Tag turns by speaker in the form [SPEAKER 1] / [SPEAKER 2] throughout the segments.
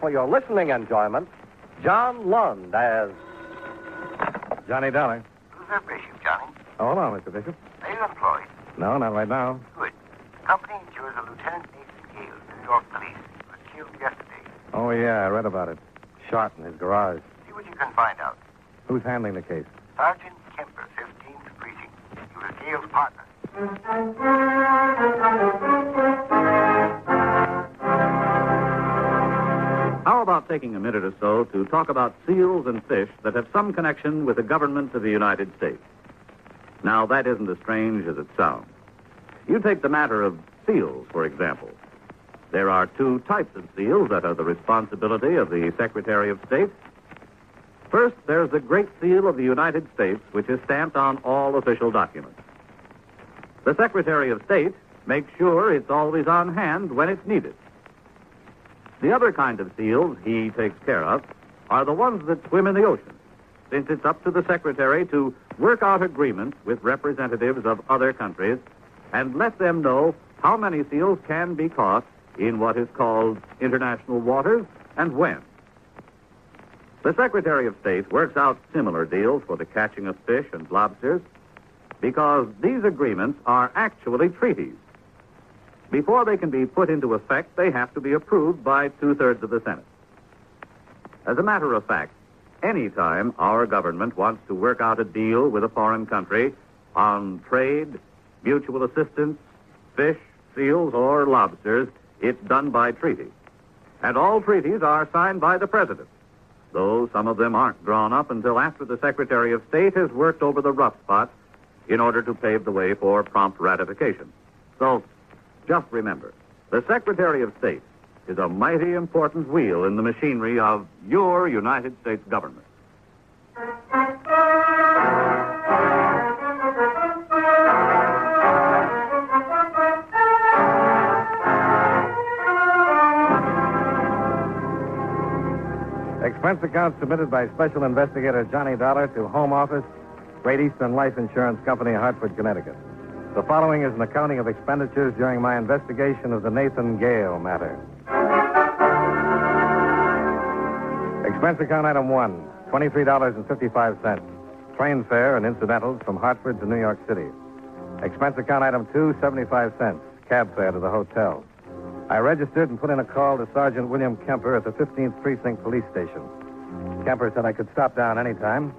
[SPEAKER 1] for your listening enjoyment, John Lund as Johnny Dollar.
[SPEAKER 2] Who's that bishop, Johnny?
[SPEAKER 1] Oh, hello, Mr. Bishop.
[SPEAKER 2] Are you employed?
[SPEAKER 1] No, not right now.
[SPEAKER 2] Good. Company endures a Lieutenant Nathan Gale, New York police. He was killed yesterday.
[SPEAKER 1] Oh, yeah, I read about it. Shot in his garage.
[SPEAKER 2] See what you can find out.
[SPEAKER 1] Who's handling the case?
[SPEAKER 2] Sergeant Kemper, 15th Precinct. He was Gale's partner.
[SPEAKER 3] How about taking a minute or so to talk about seals and fish that have some connection with the government of the United States? Now, that isn't as strange as it sounds. You take the matter of seals, for example. There are two types of seals that are the responsibility of the Secretary of State. First, there's the Great Seal of the United States, which is stamped on all official documents. The Secretary of State makes sure it's always on hand when it's needed. The other kind of seals he takes care of are the ones that swim in the ocean, since it's up to the Secretary to work out agreements with representatives of other countries and let them know how many seals can be caught in what is called international waters and when. The Secretary of State works out similar deals for the catching of fish and lobsters because these agreements are actually treaties. Before they can be put into effect, they have to be approved by two thirds of the Senate. As a matter of fact, any time our government wants to work out a deal with a foreign country on trade, mutual assistance, fish, seals, or lobsters, it's done by treaty. And all treaties are signed by the President, though some of them aren't drawn up until after the Secretary of State has worked over the rough spots in order to pave the way for prompt ratification. So, just remember, the Secretary of State is a mighty important wheel in the machinery of your United States government.
[SPEAKER 1] Expense account submitted by Special Investigator Johnny Dollar to Home Office, Great Eastern Life Insurance Company, Hartford, Connecticut. The following is an accounting of expenditures during my investigation of the Nathan Gale matter. Expense account item one $23.55. Train fare and incidentals from Hartford to New York City. Expense account item two seventy-five cents. Cab fare to the hotel. I registered and put in a call to Sergeant William Kemper at the 15th Precinct Police Station. Kemper said I could stop down any time,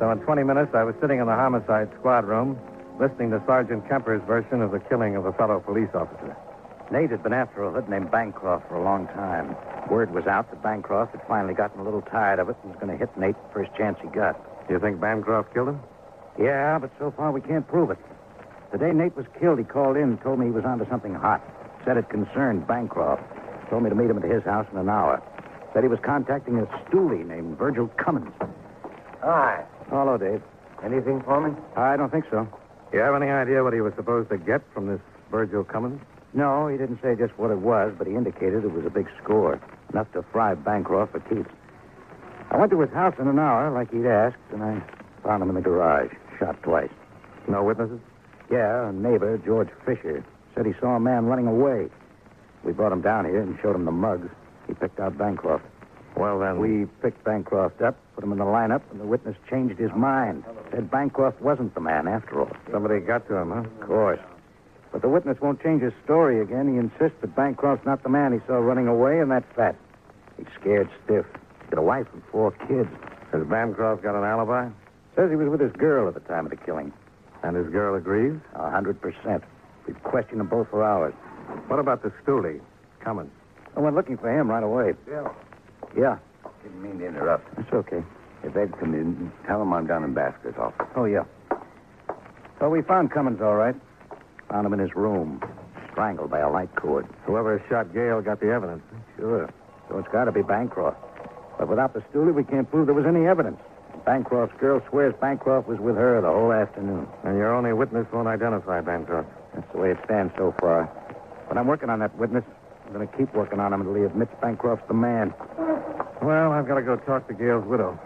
[SPEAKER 1] so in 20 minutes I was sitting in the homicide squad room listening to Sergeant Kemper's version of the killing of a fellow police officer.
[SPEAKER 4] Nate had been after a hood named Bancroft for a long time. Word was out that Bancroft had finally gotten a little tired of it and was going to hit Nate the first chance he got.
[SPEAKER 1] Do you think Bancroft killed him?
[SPEAKER 4] Yeah, but so far we can't prove it. The day Nate was killed, he called in and told me he was onto something hot. Said it concerned Bancroft. Told me to meet him at his house in an hour. Said he was contacting a stoolie named Virgil Cummins.
[SPEAKER 2] Hi.
[SPEAKER 4] Hello, Dave.
[SPEAKER 2] Anything for me?
[SPEAKER 4] I don't think so.
[SPEAKER 1] Do you have any idea what he was supposed to get from this Virgil Cummins?
[SPEAKER 4] No, he didn't say just what it was, but he indicated it was a big score, enough to fry Bancroft for keeps. I went to his house in an hour, like he'd asked, and I found him in the garage, shot twice.
[SPEAKER 1] No witnesses?
[SPEAKER 4] Yeah, a neighbor, George Fisher, said he saw a man running away. We brought him down here and showed him the mugs. He picked out Bancroft.
[SPEAKER 1] Well, then.
[SPEAKER 4] We picked Bancroft up, put him in the lineup, and the witness changed his mind. Said Bancroft wasn't the man after all.
[SPEAKER 1] Somebody got to him, huh?
[SPEAKER 4] Of course. But the witness won't change his story again. He insists that Bancroft's not the man he saw running away, and that's that. He's scared stiff. He's got a wife and four kids.
[SPEAKER 1] Has Bancroft got an alibi?
[SPEAKER 4] Says he was with his girl at the time of the killing.
[SPEAKER 1] And his girl agrees?
[SPEAKER 4] A hundred percent. We've questioned them both for hours.
[SPEAKER 1] What about the stoolie? Cummins.
[SPEAKER 4] I went looking for him right away.
[SPEAKER 2] Bill.
[SPEAKER 4] Yeah,
[SPEAKER 2] Didn't mean to interrupt.
[SPEAKER 4] that's okay.
[SPEAKER 2] If they've come in, tell them I'm down in Basker's office.
[SPEAKER 4] Oh, yeah. So we found Cummins all right. Found him in his room, strangled by a light cord.
[SPEAKER 1] Whoever shot Gale got the evidence.
[SPEAKER 4] Sure. So it's got to be Bancroft. But without the stoolie, we can't prove there was any evidence. Bancroft's girl swears Bancroft was with her the whole afternoon.
[SPEAKER 1] And your only witness won't identify Bancroft.
[SPEAKER 4] That's the way it stands so far. But I'm working on that witness. I'm going to keep working on him until he admits Bancroft's the man.
[SPEAKER 1] Well, I've got to go talk to Gale's widow.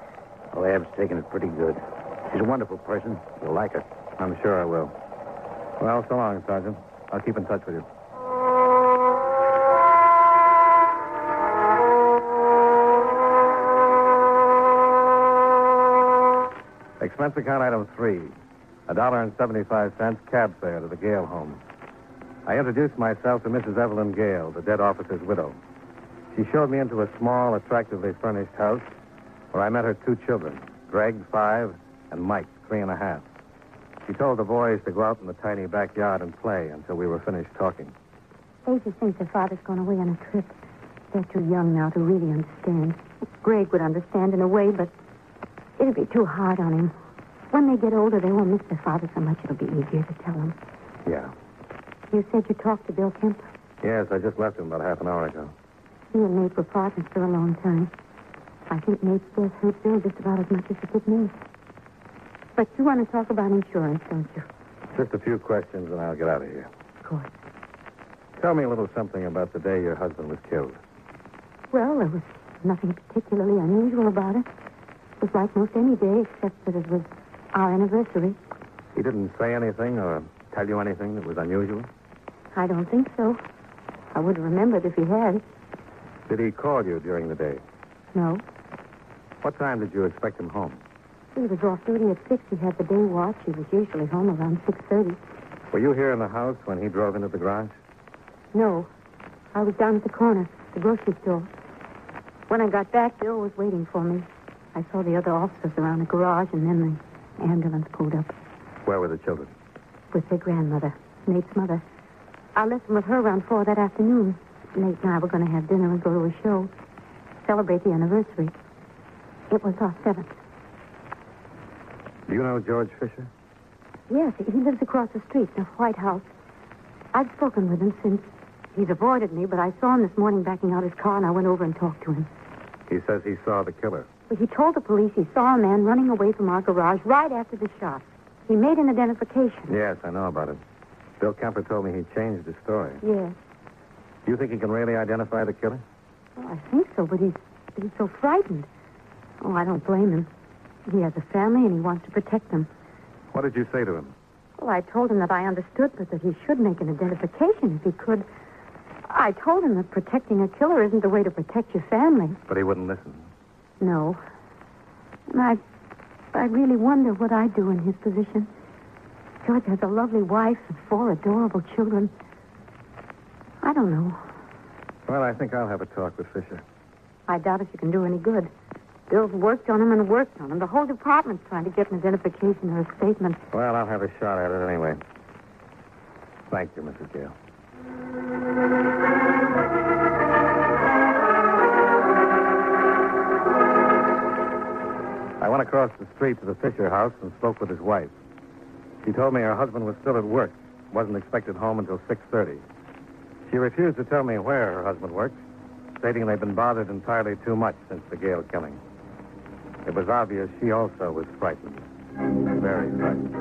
[SPEAKER 4] Oh, Ab's taking it pretty good. She's a wonderful person. You'll like her.
[SPEAKER 1] I'm sure I will. Well, so long, Sergeant. I'll keep in touch with you.
[SPEAKER 3] Expense account item three, a dollar and seventy-five cents cab fare to the Gale home. I introduced myself to Mrs. Evelyn Gale, the dead officer's widow. She showed me into a small, attractively furnished house where I met her two children, Greg, five, and Mike, three and a half. She told the boys to go out in the tiny backyard and play until we were finished talking.
[SPEAKER 5] Daisy thinks her father's gone away on a trip. They're too young now to really understand. Greg would understand in a way, but it'd be too hard on him. When they get older, they won't miss their father so much. It'll be easier to tell them.
[SPEAKER 3] Yeah.
[SPEAKER 5] You said you talked to Bill Kemp.
[SPEAKER 3] Yes, I just left him about half an hour ago.
[SPEAKER 5] He and Nate were partners for a long time. I think Nate's death hurt Bill just about as much as it did me. But you want to talk about insurance, don't you?
[SPEAKER 3] Just a few questions and I'll get out of here.
[SPEAKER 5] Of course.
[SPEAKER 3] Tell me a little something about the day your husband was killed.
[SPEAKER 5] Well, there was nothing particularly unusual about it. It was like most any day, except that it was our anniversary.
[SPEAKER 3] He didn't say anything or tell you anything that was unusual?
[SPEAKER 5] I don't think so. I would have remembered if he had.
[SPEAKER 3] Did he call you during the day?
[SPEAKER 5] No.
[SPEAKER 3] What time did you expect him home?
[SPEAKER 5] He was off duty at 6. He had the day watch. He was usually home around 6.30.
[SPEAKER 3] Were you here in the house when he drove into the garage?
[SPEAKER 5] No. I was down at the corner, the grocery store. When I got back, Bill was waiting for me. I saw the other officers around the garage, and then the ambulance pulled up
[SPEAKER 3] Where were the children?
[SPEAKER 5] with their grandmother, Nate's mother. I left them with her around 4 that afternoon. Nate and I were going to have dinner and go to a show, celebrate the anniversary. It was our seventh.
[SPEAKER 3] Do you know George Fisher?
[SPEAKER 5] Yes, he lives across the street in a White House. I've spoken with him since. He's avoided me, but I saw him this morning backing out his car, and I went over and talked to him.
[SPEAKER 3] He says he saw the killer.
[SPEAKER 5] But he told the police he saw a man running away from our garage right after the shot. He made an identification.
[SPEAKER 3] Yes, I know about it. Bill Kemper told me he changed his story.
[SPEAKER 5] Yes.
[SPEAKER 3] Do you think he can really identify the killer?
[SPEAKER 5] Well, Oh, I think so, but he's, he's so frightened. Oh, I don't blame him. He has a family, and he wants to protect them.
[SPEAKER 3] What did you say to him?
[SPEAKER 5] Well, I told him that I understood, but that he should make an identification if he could. I told him that protecting a killer isn't the way to protect your family.
[SPEAKER 3] But he wouldn't listen.
[SPEAKER 5] No. And I, I really wonder what I'd do in his position. George has a lovely wife and four adorable children. I don't know.
[SPEAKER 3] Well, I think I'll have a talk with Fisher.
[SPEAKER 5] I doubt if you can do any good. Bill's worked on him and worked on him. The whole department's trying to get an identification or a statement.
[SPEAKER 3] Well, I'll have a shot at it anyway. Thank you, Mrs. Gale. I went across the street to the Fisher house and spoke with his wife. She told me her husband was still at work, wasn't expected home until 6.30. She refused to tell me where her husband worked, stating they'd been bothered entirely too much since the Gale killing. It was obvious she also was frightened. Very frightened.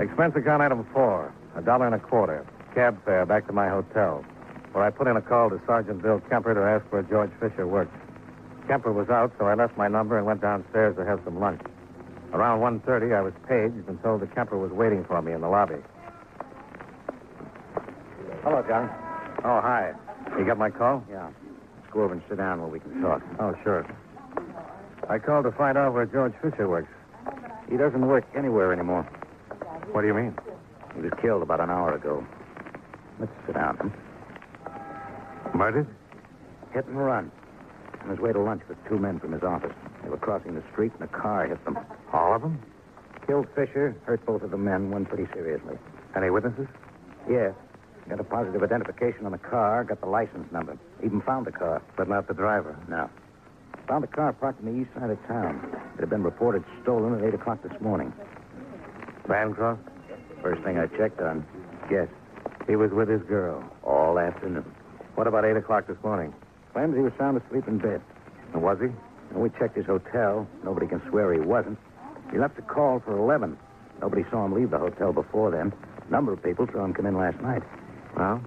[SPEAKER 3] Expense account item four, a dollar and a quarter. Cab fare back to my hotel, where I put in a call to Sergeant Bill Kemper to ask where George Fisher worked. Kemper was out, so I left my number and went downstairs to have some lunch. Around 1.30, I was paged and told that Kemper was waiting for me in the lobby.
[SPEAKER 4] Hello, Johnny.
[SPEAKER 3] Oh, hi. You got my call?
[SPEAKER 4] Yeah. Let's go over and sit down where we can talk.
[SPEAKER 3] Oh, sure. I called to find out where George Fisher works.
[SPEAKER 4] He doesn't work anywhere anymore.
[SPEAKER 3] What do you mean?
[SPEAKER 4] He was killed about an hour ago. Let's sit down. huh?
[SPEAKER 3] Murdered?
[SPEAKER 4] Hit and run. On his way to lunch with two men from his office. They were crossing the street and a car hit them.
[SPEAKER 3] All of them?
[SPEAKER 4] Killed Fisher, hurt both of the men, one pretty seriously.
[SPEAKER 3] Any witnesses?
[SPEAKER 4] Yes. Got a positive identification on the car, got the license number. Even found the car.
[SPEAKER 3] But not the driver.
[SPEAKER 4] No. Found the car parked on the east side of town. It had been reported stolen at 8 o'clock this morning.
[SPEAKER 3] Bancroft?
[SPEAKER 4] First thing I checked on, yes,
[SPEAKER 3] He was with his girl.
[SPEAKER 4] all afternoon.
[SPEAKER 3] What about 8 o'clock this morning?
[SPEAKER 4] Claims he was sound asleep in bed.
[SPEAKER 3] And was he?
[SPEAKER 4] And we checked his hotel. Nobody can swear he wasn't. He left a call for 11. Nobody saw him leave the hotel before then. A number of people saw him come in last night.
[SPEAKER 3] Well,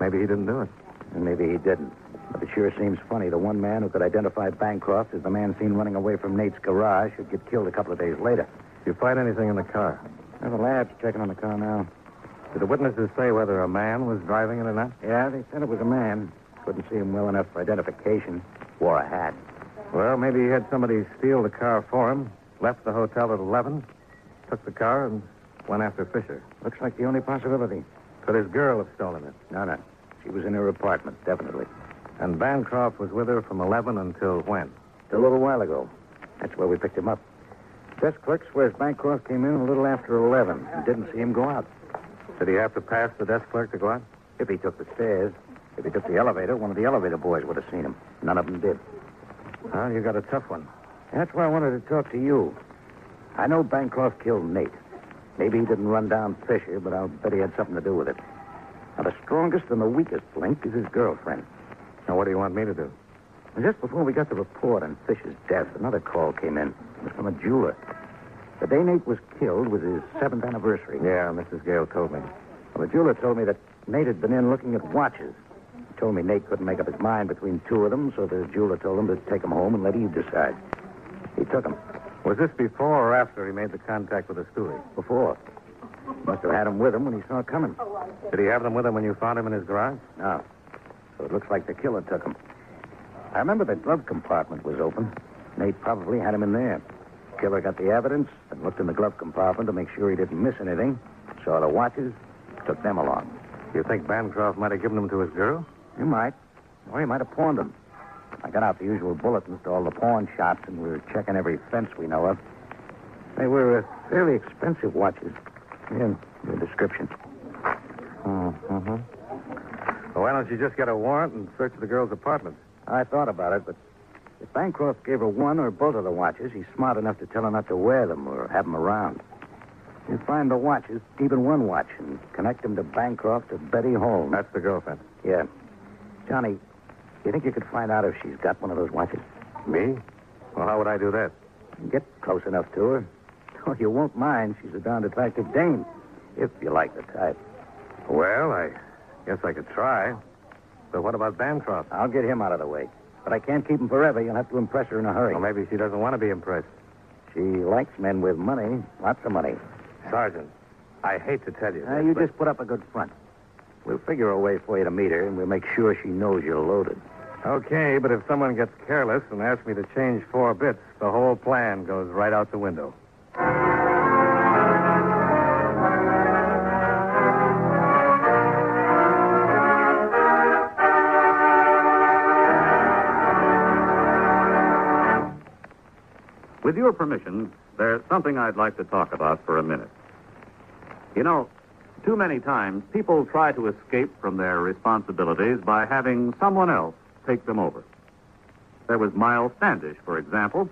[SPEAKER 3] maybe he didn't do it.
[SPEAKER 4] And maybe he didn't. But it sure seems funny. The one man who could identify Bancroft as the man seen running away from Nate's garage should get killed a couple of days later.
[SPEAKER 3] Did you find anything in the car?
[SPEAKER 4] Now, the lab's checking on the car now.
[SPEAKER 3] Did the witnesses say whether a man was driving it or not?
[SPEAKER 4] Yeah, they said it was a man. Couldn't see him well enough for identification. Wore a hat.
[SPEAKER 1] Well, maybe he had somebody steal the car for him, left the hotel at 11, took the car, and went after Fisher.
[SPEAKER 4] Looks like the only possibility.
[SPEAKER 1] Could his girl have stolen it?
[SPEAKER 4] No, no. She was in her apartment, definitely.
[SPEAKER 1] And Bancroft was with her from 11 until when?
[SPEAKER 4] A little while ago. That's where we picked him up. Desk clerk swears Bancroft came in a little after 11 and didn't see him go out.
[SPEAKER 1] Did he have to pass the desk clerk to go out?
[SPEAKER 4] If he took the stairs, if he took the elevator, one of the elevator boys would have seen him. None of them did.
[SPEAKER 1] Well, you got a tough one.
[SPEAKER 4] That's why I wanted to talk to you. I know Bancroft killed Nate. Maybe he didn't run down Fisher, but I'll bet he had something to do with it. Now, the strongest and the weakest link is his girlfriend.
[SPEAKER 1] Now, what do you want me to do?
[SPEAKER 4] And just before we got the report on Fisher's death, another call came in. It was from a jeweler. The day Nate was killed was his seventh anniversary.
[SPEAKER 1] Yeah, Mrs. Gale told me.
[SPEAKER 4] Well, the jeweler told me that Nate had been in looking at watches. He told me Nate couldn't make up his mind between two of them, so the jeweler told him to take them home and let Eve decide. He took them
[SPEAKER 1] Was this before or after he made the contact with the stoolie?
[SPEAKER 4] before. Must have had them with him when he saw it coming.
[SPEAKER 1] Did he have them with him when you found him in his garage?
[SPEAKER 4] No. So it looks like the killer took them. I remember the glove compartment was open. Nate probably had him in there. Killer got the evidence and looked in the glove compartment to make sure he didn't miss anything. Saw the watches, took them along.
[SPEAKER 1] You think Bancroft might have given them to his girl?
[SPEAKER 4] You might. Or he might have pawned them. I got out the usual bulletins to all the pawn shops, and we were checking every fence we know of. They were uh, fairly expensive watches. Yeah, the description. Hmm.
[SPEAKER 1] Well, why don't you just get a warrant and search the girl's apartment?
[SPEAKER 4] I thought about it, but if Bancroft gave her one or both of the watches, he's smart enough to tell her not to wear them or have them around. You find the watches, even one watch, and connect them to Bancroft or Betty Holmes.
[SPEAKER 1] That's the girlfriend.
[SPEAKER 4] Yeah. Johnny, you think you could find out if she's got one of those watches?
[SPEAKER 1] Me? Well, how would I do that?
[SPEAKER 4] Get close enough to her. Oh, you won't mind. She's a darned attractive dame, if you like the type.
[SPEAKER 1] Well, I guess I could try. But what about Bancroft?
[SPEAKER 4] I'll get him out of the way. But I can't keep him forever. You'll have to impress her in a hurry.
[SPEAKER 1] Well, maybe she doesn't want to be impressed.
[SPEAKER 4] She likes men with money, lots of money.
[SPEAKER 1] Sergeant, I hate to tell you.
[SPEAKER 4] Now,
[SPEAKER 1] this,
[SPEAKER 4] Uh, you
[SPEAKER 1] but-
[SPEAKER 4] just put up a good front. We'll figure a way for you to meet her, and we'll make sure she knows you're loaded.
[SPEAKER 1] Okay, but if someone gets careless and asks me to change four bits, the whole plan goes right out the window.
[SPEAKER 3] With your permission, there's something I'd like to talk about for a minute. You know, too many times people try to escape from their responsibilities by having someone else take them over. There was Miles Standish, for example.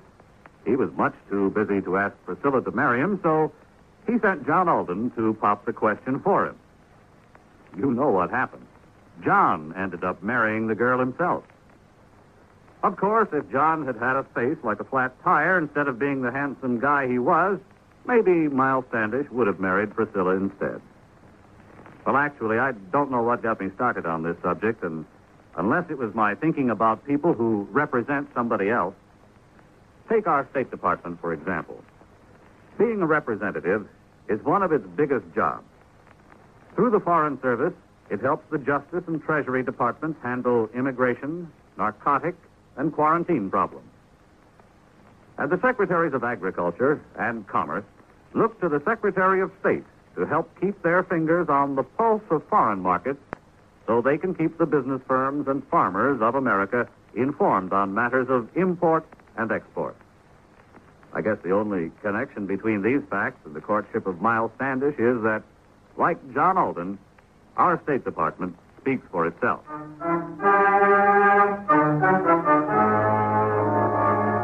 [SPEAKER 3] He was much too busy to ask Priscilla to marry him, so he sent John Alden to pop the question for him. You know what happened. John ended up marrying the girl himself. Of course, if John had had a face like a flat tire instead of being the handsome guy he was, maybe Miles Standish would have married Priscilla instead. Well, actually, I don't know what got me started on this subject, and unless it was my thinking about people who represent somebody else. Take our State Department, for example. Being a representative is one of its biggest jobs. Through the Foreign Service, it helps the Justice and Treasury Departments handle immigration, narcotic, and quarantine problems. And the Secretaries of Agriculture and Commerce look to the Secretary of State to help keep their fingers on the pulse of foreign markets so they can keep the business firms and farmers of America informed on matters of import and export. I guess the only connection between these facts and the courtship of Miles Standish is that, like John Alden, our State Department speaks for itself.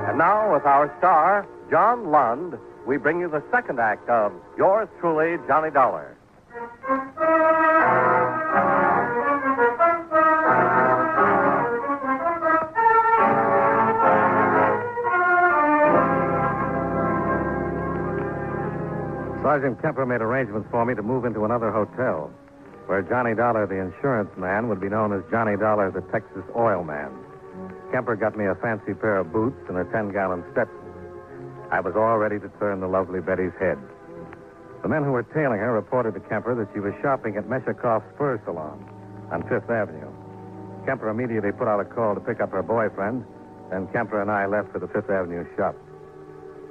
[SPEAKER 6] And now, with our star, John Lund, we bring you the second act of Yours Truly, Johnny Dollar.
[SPEAKER 1] Sergeant Kemper made arrangements for me to move into another hotel where Johnny Dollar, the insurance man, would be known as Johnny Dollar, the Texas oil man. Kemper got me a fancy pair of boots and a 10 gallon Stetson. I was all ready to turn the lovely Betty's head. The men who were tailing her reported to Kemper that she was shopping at Meshikoff's Fur Salon on Fifth Avenue. Kemper immediately put out a call to pick up her boyfriend Then Kemper and I left for the Fifth Avenue shop.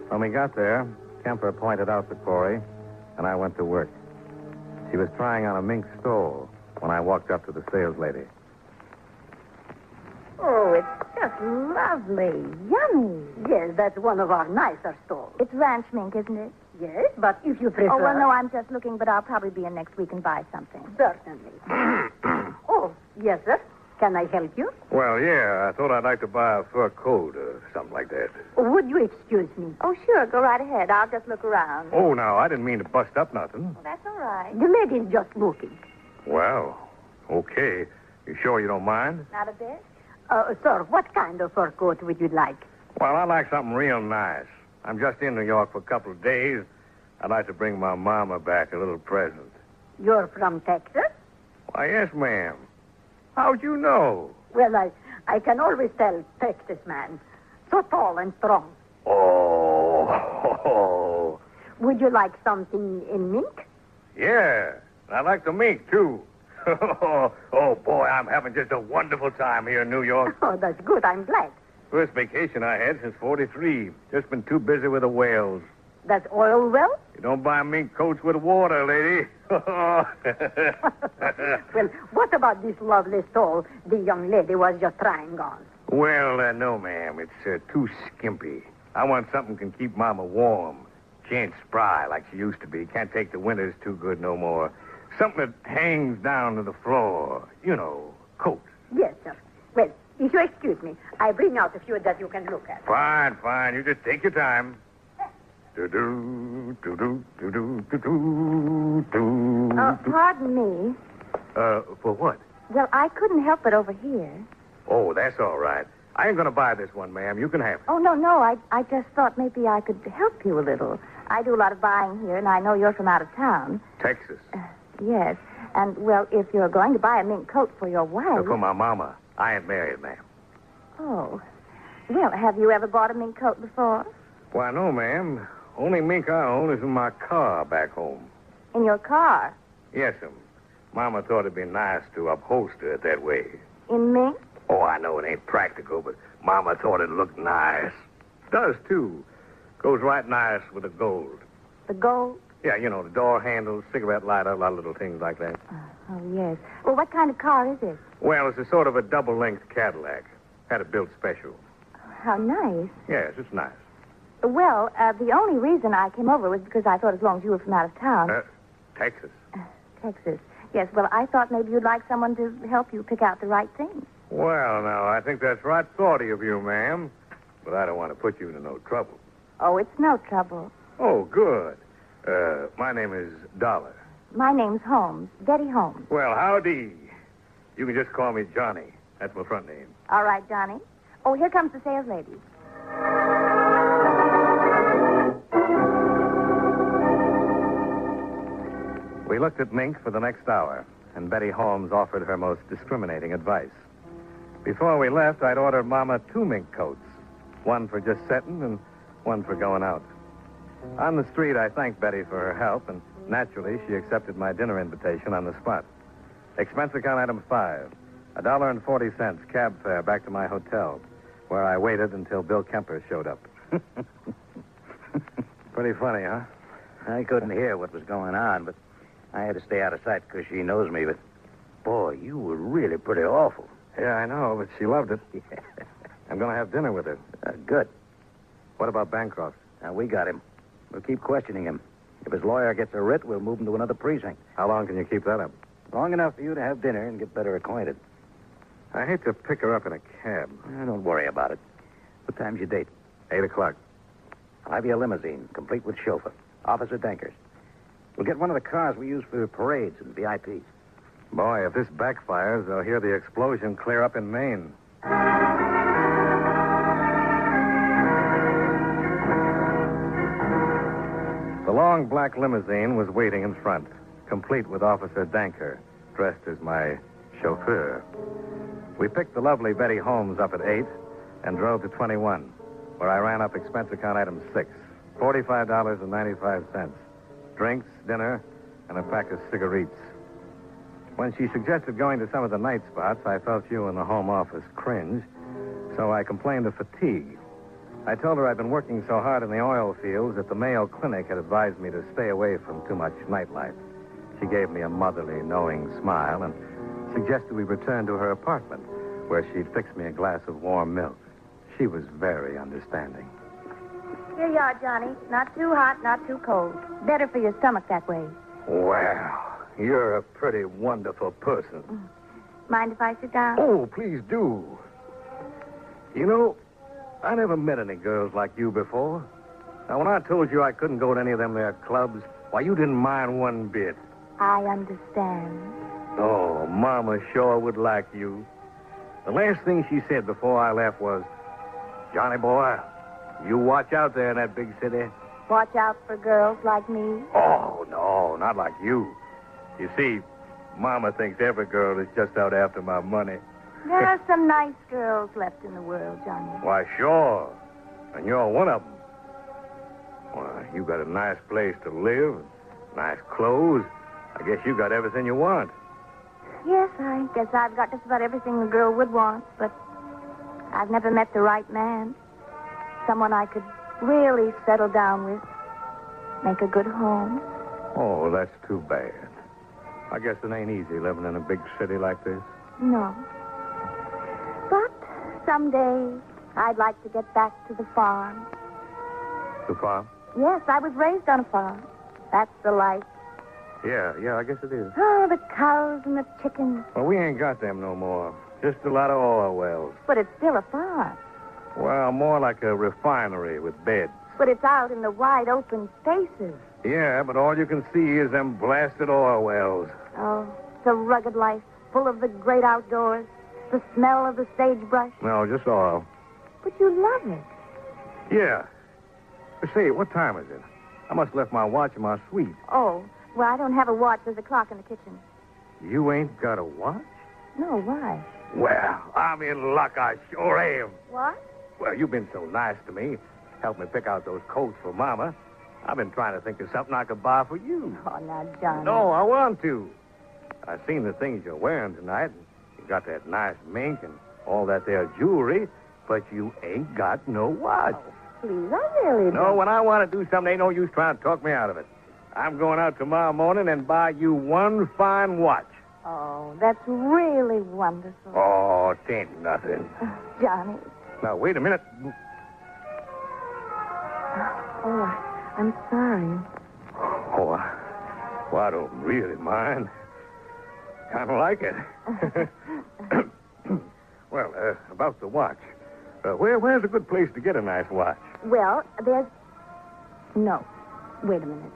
[SPEAKER 1] When we got there, Kemper pointed out the quarry, and I went to work. She was trying on a mink stole when I walked up to the sales lady.
[SPEAKER 7] Oh, it's just lovely. Yummy.
[SPEAKER 5] Yes, that's one of our nicer stores.
[SPEAKER 7] It's ranch mink, isn't it?
[SPEAKER 5] Yes, but if you prefer.
[SPEAKER 7] Oh, well, no, I'm just looking, but I'll probably be in next week and buy something.
[SPEAKER 5] Certainly. oh, yes, sir. Can I help you?
[SPEAKER 8] Well, yeah, I thought I'd like to buy a fur coat or something like that.
[SPEAKER 5] Would you excuse me?
[SPEAKER 7] Oh, sure, go right ahead. I'll just look around.
[SPEAKER 8] Oh, now, I didn't mean to bust up nothing.
[SPEAKER 7] Well, Oh, that's all right.
[SPEAKER 5] The lady's just looking.
[SPEAKER 8] Well, okay. You sure you don't mind?
[SPEAKER 7] Not a bit?
[SPEAKER 5] Uh, sir, what kind of fur coat would you like?
[SPEAKER 8] Well, I like something real nice. I'm just in New York for a couple of days. I'd like to bring my mama back a little present.
[SPEAKER 5] You're from Texas?
[SPEAKER 8] Why, yes, ma'am. How'd you know?
[SPEAKER 5] Well, I, I can always tell Texas man. So tall and strong.
[SPEAKER 8] Oh,
[SPEAKER 5] Would you like something in mink?
[SPEAKER 8] yeah. And I like the mink, too. oh, boy, I'm having just a wonderful time here in New York.
[SPEAKER 5] Oh, that's good. I'm glad.
[SPEAKER 8] First vacation I had since 43. Just been too busy with the whales.
[SPEAKER 5] That's oil well?
[SPEAKER 8] You don't buy mink coats with water, lady.
[SPEAKER 5] well, what about this lovely stole the young lady was just trying on?
[SPEAKER 8] well, uh, no, ma'am. It's uh, too skimpy. I want something can keep Mama warm. She ain't spry like she used to be. Can't take the winters too good no more. Something that hangs down to the floor. You know, coat.
[SPEAKER 5] Yes, sir. Well, if you excuse me, I bring out a few that you can look at.
[SPEAKER 8] Fine, fine. You just take your time. Do-do, do-do, do-do, do-do, do.
[SPEAKER 7] Oh, pardon me.
[SPEAKER 8] Mm-hmm. Uh, for what?
[SPEAKER 7] Well, I couldn't help it over here.
[SPEAKER 8] Oh, that's all right. I ain't gonna buy this one, ma'am. You can have it.
[SPEAKER 7] Oh, no, no. I, I just thought maybe I could help you a little. I do a lot of buying here, and I know you're from out of town. Uh,
[SPEAKER 8] Texas.
[SPEAKER 7] Yes. And, well, if you're going to buy a mink coat for your wife.
[SPEAKER 8] Uh, For my mama. I ain't married, ma'am.
[SPEAKER 7] Oh. Well, have you ever bought a mink coat before?
[SPEAKER 8] Why, no, ma'am. Only mink I own is in my car back home.
[SPEAKER 7] In your car?
[SPEAKER 8] Yes, um. Mama thought it'd be nice to upholster it that way.
[SPEAKER 7] In mink?
[SPEAKER 8] Oh, I know it ain't practical, but Mama thought it looked nice. Does, too. Goes right nice with the gold.
[SPEAKER 7] The gold?
[SPEAKER 8] Yeah, you know, the door handles, cigarette lighter, a lot of little things like that.
[SPEAKER 7] Oh, yes. Well, what kind of car is it?
[SPEAKER 8] Well, it's a sort of a double-length Cadillac. Had it built special.
[SPEAKER 7] How nice.
[SPEAKER 8] Yes, it's nice.
[SPEAKER 7] Well, uh, the only reason I came over was because I thought as long as you were from out of town,
[SPEAKER 8] Uh, Texas.
[SPEAKER 7] Texas. Yes, well, I thought maybe you'd like someone to help you pick out the right thing.
[SPEAKER 8] Well, now, I think that's right thoughty of you, ma'am. But I don't want to put you into no trouble.
[SPEAKER 7] Oh, it's no trouble.
[SPEAKER 8] Oh, good. Uh, my name is Dollar.
[SPEAKER 7] My name's Holmes, Betty Holmes.
[SPEAKER 8] Well, howdy. You can just call me Johnny. That's my front name.
[SPEAKER 7] All right, Johnny. Oh, here comes the sales lady.
[SPEAKER 1] We looked at mink for the next hour, and Betty Holmes offered her most discriminating advice. Before we left, I'd ordered Mama two mink coats one for just setting and one for going out. On the street, I thanked Betty for her help, and naturally, she accepted my dinner invitation on the spot. Expense account item five a dollar and forty cents cab fare back to my hotel, where I waited until Bill Kemper showed up. Pretty funny, huh?
[SPEAKER 4] I couldn't hear what was going on, but I had to stay out of sight because she knows me. But, boy, you were really pretty awful.
[SPEAKER 1] Yeah, I know, but she loved it. I'm going to have dinner with her.
[SPEAKER 4] Uh, good.
[SPEAKER 1] What about Bancroft?
[SPEAKER 4] Now, we got him. We'll keep questioning him. If his lawyer gets a writ, we'll move him to another precinct.
[SPEAKER 1] How long can you keep that up?
[SPEAKER 4] Long enough for you to have dinner and get better acquainted.
[SPEAKER 1] I hate to pick her up in a cab.
[SPEAKER 4] Uh, don't worry about it. What time's your date?
[SPEAKER 1] Eight o'clock.
[SPEAKER 4] I'll have you a limousine, complete with chauffeur. Officer Dankers. We'll get one of the cars we use for parades and VIPs.
[SPEAKER 1] Boy, if this backfires, they'll hear the explosion clear up in Maine. The long black limousine was waiting in front, complete with Officer Danker, dressed as my chauffeur. We picked the lovely Betty Holmes up at 8 and drove to 21, where I ran up expense account item 6, $45.95, drinks, dinner, and a pack of cigarettes. When she suggested going to some of the night spots, I felt you in the home office cringe, so so I complained of fatigue. I told her I'd been working so hard in the oil fields that the Mayo Clinic had advised me to stay away from too much nightlife. She gave me a motherly, knowing smile and suggested we return to her apartment, where she'd fix me a glass of warm milk. She was very understanding.
[SPEAKER 7] Here you are, Johnny. Not too hot, not too cold. Better for your stomach that way.
[SPEAKER 8] Well, you're a pretty wonderful person.
[SPEAKER 7] Mind if I sit down?
[SPEAKER 8] Oh, please do.
[SPEAKER 1] You know, I never met any girls like you before. Now, when I told you I couldn't go to any of them there clubs, why, you didn't mind one bit.
[SPEAKER 7] I understand.
[SPEAKER 1] Oh, Mama sure would like you. The last thing she said before I left was, Johnny boy, you watch out there in that big city.
[SPEAKER 7] Watch out for girls like me.
[SPEAKER 1] Oh, no, not like you. You see, Mama thinks every girl is just out after my money.
[SPEAKER 7] There are some nice girls left in the world, Johnny.
[SPEAKER 1] Why, sure. And you're one of them. Why, you got a nice place to live, nice clothes. I guess you got everything you want.
[SPEAKER 7] Yes, I guess I've got just about everything a girl would want, but I've never met the right man. Someone I could really settle down with, make a good home.
[SPEAKER 1] Oh, that's too bad. I guess it ain't easy living in a big city like this.
[SPEAKER 7] No. But someday I'd like to get back to the farm.
[SPEAKER 1] The farm?
[SPEAKER 7] Yes, I was raised on a farm. That's the life.
[SPEAKER 1] Yeah, yeah, I guess it is.
[SPEAKER 7] Oh, the cows and the chickens.
[SPEAKER 1] Well, we ain't got them no more. Just a lot of oil wells.
[SPEAKER 7] But it's still a farm.
[SPEAKER 1] Well, more like a refinery with beds.
[SPEAKER 7] But it's out in the wide open spaces.
[SPEAKER 1] Yeah, but all you can see is them blasted oil wells.
[SPEAKER 7] Oh, the rugged life, full of the great outdoors, the smell of the sagebrush.
[SPEAKER 1] No, just oil.
[SPEAKER 7] But you love it.
[SPEAKER 1] Yeah. Say, what time is it? I must have left my watch in my suite.
[SPEAKER 7] Oh, well, I don't have a watch. There's a clock in the kitchen.
[SPEAKER 1] You ain't got a watch?
[SPEAKER 7] No, why?
[SPEAKER 8] Well, I'm in luck. I sure am.
[SPEAKER 7] What?
[SPEAKER 1] Well, you've been so nice to me. Helped me pick out those coats for Mama. I've been trying to think of something I could buy for you.
[SPEAKER 7] Oh, now, Johnny.
[SPEAKER 1] No, I want to. I seen the things you're wearing tonight. You got that nice mink and all that there jewelry, but you ain't got no watch.
[SPEAKER 7] Please, I really
[SPEAKER 1] No, when I want to do something, ain't no use trying to talk me out of it. I'm going out tomorrow morning and buy you one fine watch.
[SPEAKER 7] don't. Oh, that's really wonderful.
[SPEAKER 1] Oh, tain't nothing.
[SPEAKER 7] Johnny.
[SPEAKER 1] Now, wait a minute.
[SPEAKER 5] Oh, I- I'm sorry.
[SPEAKER 1] Oh, I, well, I don't really mind. Kind of like it. well, uh, about the watch. Uh, where, where's a good place to get a nice watch?
[SPEAKER 7] Well, there's. No. Wait a minute.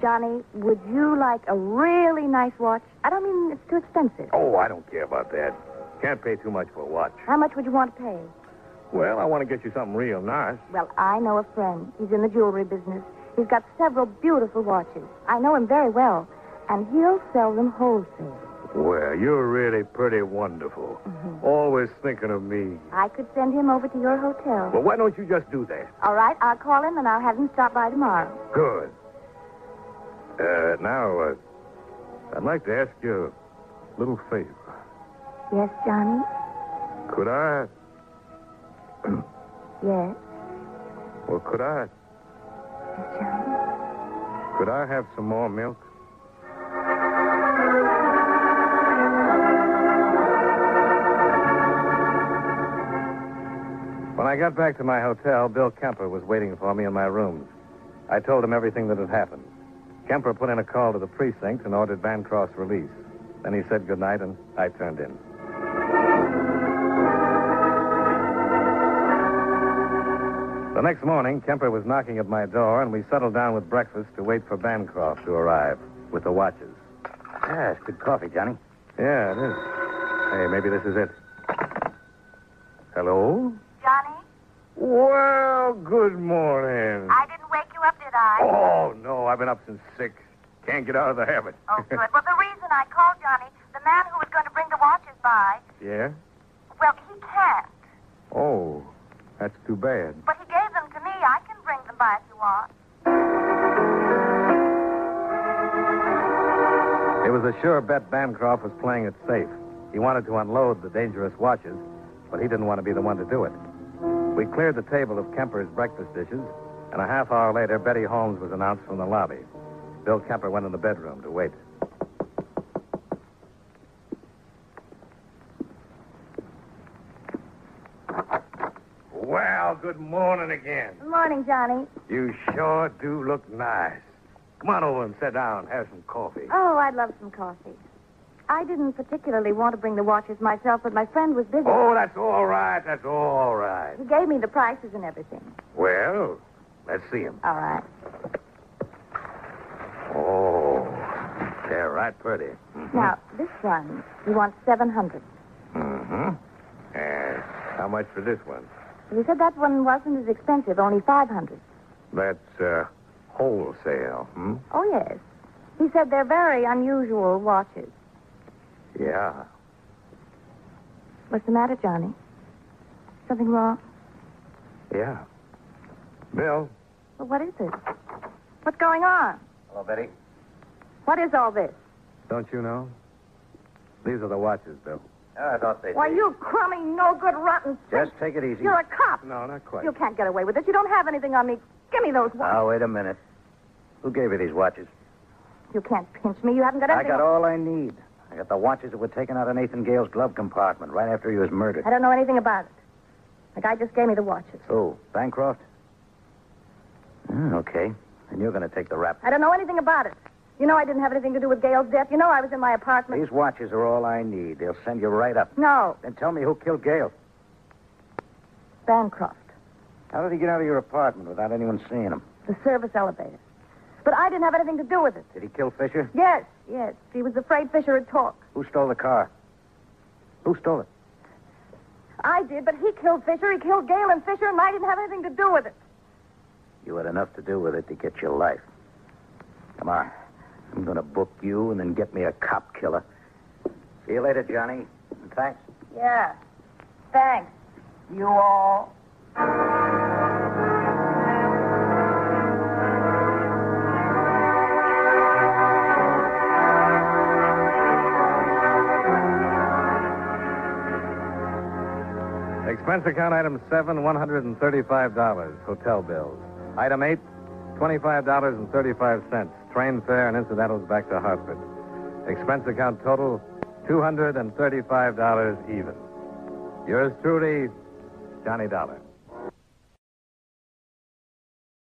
[SPEAKER 7] Johnny, would you like a really nice watch? I don't mean it's too expensive.
[SPEAKER 1] Oh, I don't care about that. Can't pay too much for a watch.
[SPEAKER 7] How much would you want to pay?
[SPEAKER 1] Well, I want to get you something real nice.
[SPEAKER 7] Well, I know a friend. He's in the jewelry business. He's got several beautiful watches. I know him very well, and he'll sell them wholesale.
[SPEAKER 1] Well, you're really pretty wonderful. Always thinking of me.
[SPEAKER 7] I could send him over to your hotel.
[SPEAKER 1] Well, why don't you just do that?
[SPEAKER 7] All right, I'll call him and I'll have him stop by tomorrow.
[SPEAKER 1] Good. Uh, now, uh, I'd like to ask you a little favor.
[SPEAKER 7] Yes, Johnny?
[SPEAKER 1] Could I,
[SPEAKER 7] Yes,
[SPEAKER 1] well, could I,
[SPEAKER 7] Johnny.
[SPEAKER 1] could I have some more milk? When I got back to my hotel, Bill Kemper was waiting for me in my rooms. I told him everything that had happened. Kemper put in a call to the precinct and ordered Van Cross released. Then he said goodnight, and I turned in. The next morning, Kemper was knocking at my door, and we settled down with breakfast to wait for Bancroft to arrive with the watches.
[SPEAKER 4] Yes, good coffee, Johnny.
[SPEAKER 1] Yeah, it is. Hey, maybe this is it. Hello?
[SPEAKER 7] Johnny,
[SPEAKER 1] Well, good morning.
[SPEAKER 7] I didn't wake you up, did I?
[SPEAKER 1] Oh, no, I've been up since six. Can't get out of the habit.
[SPEAKER 7] Oh, good. Well, the reason I called Johnny, the man who was going to bring the watches by,
[SPEAKER 1] yeah?
[SPEAKER 7] well, he can't.
[SPEAKER 1] Oh, that's too bad.
[SPEAKER 7] But he gave them to me. I can bring them by if you want.
[SPEAKER 1] It was a sure bet Bancroft was playing it safe. He wanted to unload the dangerous watches, but he didn't want to be the one to do it. We cleared the table of Kemper's breakfast dishes, and a half hour later, Betty Holmes was announced from the lobby. Bill Kemper went in the bedroom to wait.
[SPEAKER 8] Well, good morning again.
[SPEAKER 7] Good morning, Johnny.
[SPEAKER 8] You sure do look nice. Come on over and sit down. Have some coffee.
[SPEAKER 7] Oh, I'd love some coffee. I didn't particularly want to bring the watches myself, but my friend was busy.
[SPEAKER 8] Oh, that's all right. That's all right.
[SPEAKER 7] He gave me the prices and everything.
[SPEAKER 8] Well, let's see them.
[SPEAKER 7] All right.
[SPEAKER 8] Oh, they're right pretty.
[SPEAKER 7] Now, this one, you want 700.
[SPEAKER 8] Mm-hmm. And how much for this one?
[SPEAKER 7] You said that one wasn't as expensive, only 500.
[SPEAKER 8] That's uh, wholesale, hmm?
[SPEAKER 7] Oh, yes. He said they're very unusual watches.
[SPEAKER 8] Yeah.
[SPEAKER 7] What's the matter, Johnny? Something wrong?
[SPEAKER 8] Yeah. Bill,
[SPEAKER 7] Well, what is it? What's going on?
[SPEAKER 6] Hello, Betty.
[SPEAKER 7] What is all this?
[SPEAKER 1] Don't you know? These are the watches, Bill.
[SPEAKER 6] I thought they
[SPEAKER 7] Why, you crummy, no good, rotten.
[SPEAKER 4] Just take it easy.
[SPEAKER 7] You're a cop.
[SPEAKER 1] No, not quite.
[SPEAKER 7] You can't get away with it. You don't have anything on me. Give me those watches.
[SPEAKER 4] Now, wait a minute. Who gave you these watches?
[SPEAKER 7] You can't pinch me. You haven't got
[SPEAKER 4] I
[SPEAKER 7] anything.
[SPEAKER 4] got all I need. I got the watches that were taken out of Nathan Gale's glove compartment right after he was murdered.
[SPEAKER 7] I don't know anything about it. The guy just gave me the watches.
[SPEAKER 4] Who? Oh, Bancroft? Hmm, okay. And you're going to take the rap.
[SPEAKER 7] I don't know anything about it. You know I didn't have anything to do with Gail's death. You know I was in my apartment.
[SPEAKER 4] These watches are all I need. They'll send you right up.
[SPEAKER 7] No,
[SPEAKER 4] Then tell me who killed Gale.
[SPEAKER 7] Bancroft,
[SPEAKER 4] How did he get out of your apartment without anyone seeing him?
[SPEAKER 7] the service elevator. But I didn't have anything to do with it.
[SPEAKER 4] Did he kill Fisher?
[SPEAKER 7] Yes, yes. She was afraid Fisher had talked.
[SPEAKER 4] Who stole the car? Who stole it?
[SPEAKER 7] I did, but he killed Fisher. He killed Gail and Fisher, and I didn't have anything to do with it.
[SPEAKER 4] You had enough to do with it to get your life. Come on. I'm going to book you and then get me a cop killer. See you later, Johnny. And thanks.
[SPEAKER 7] Yeah. Thanks. You all.
[SPEAKER 1] Expense account item seven, $135, hotel bills. Item eight, $25.35, train fare and incidentals back to Hartford. Expense account total, $235 even. Yours truly, Johnny Dollar.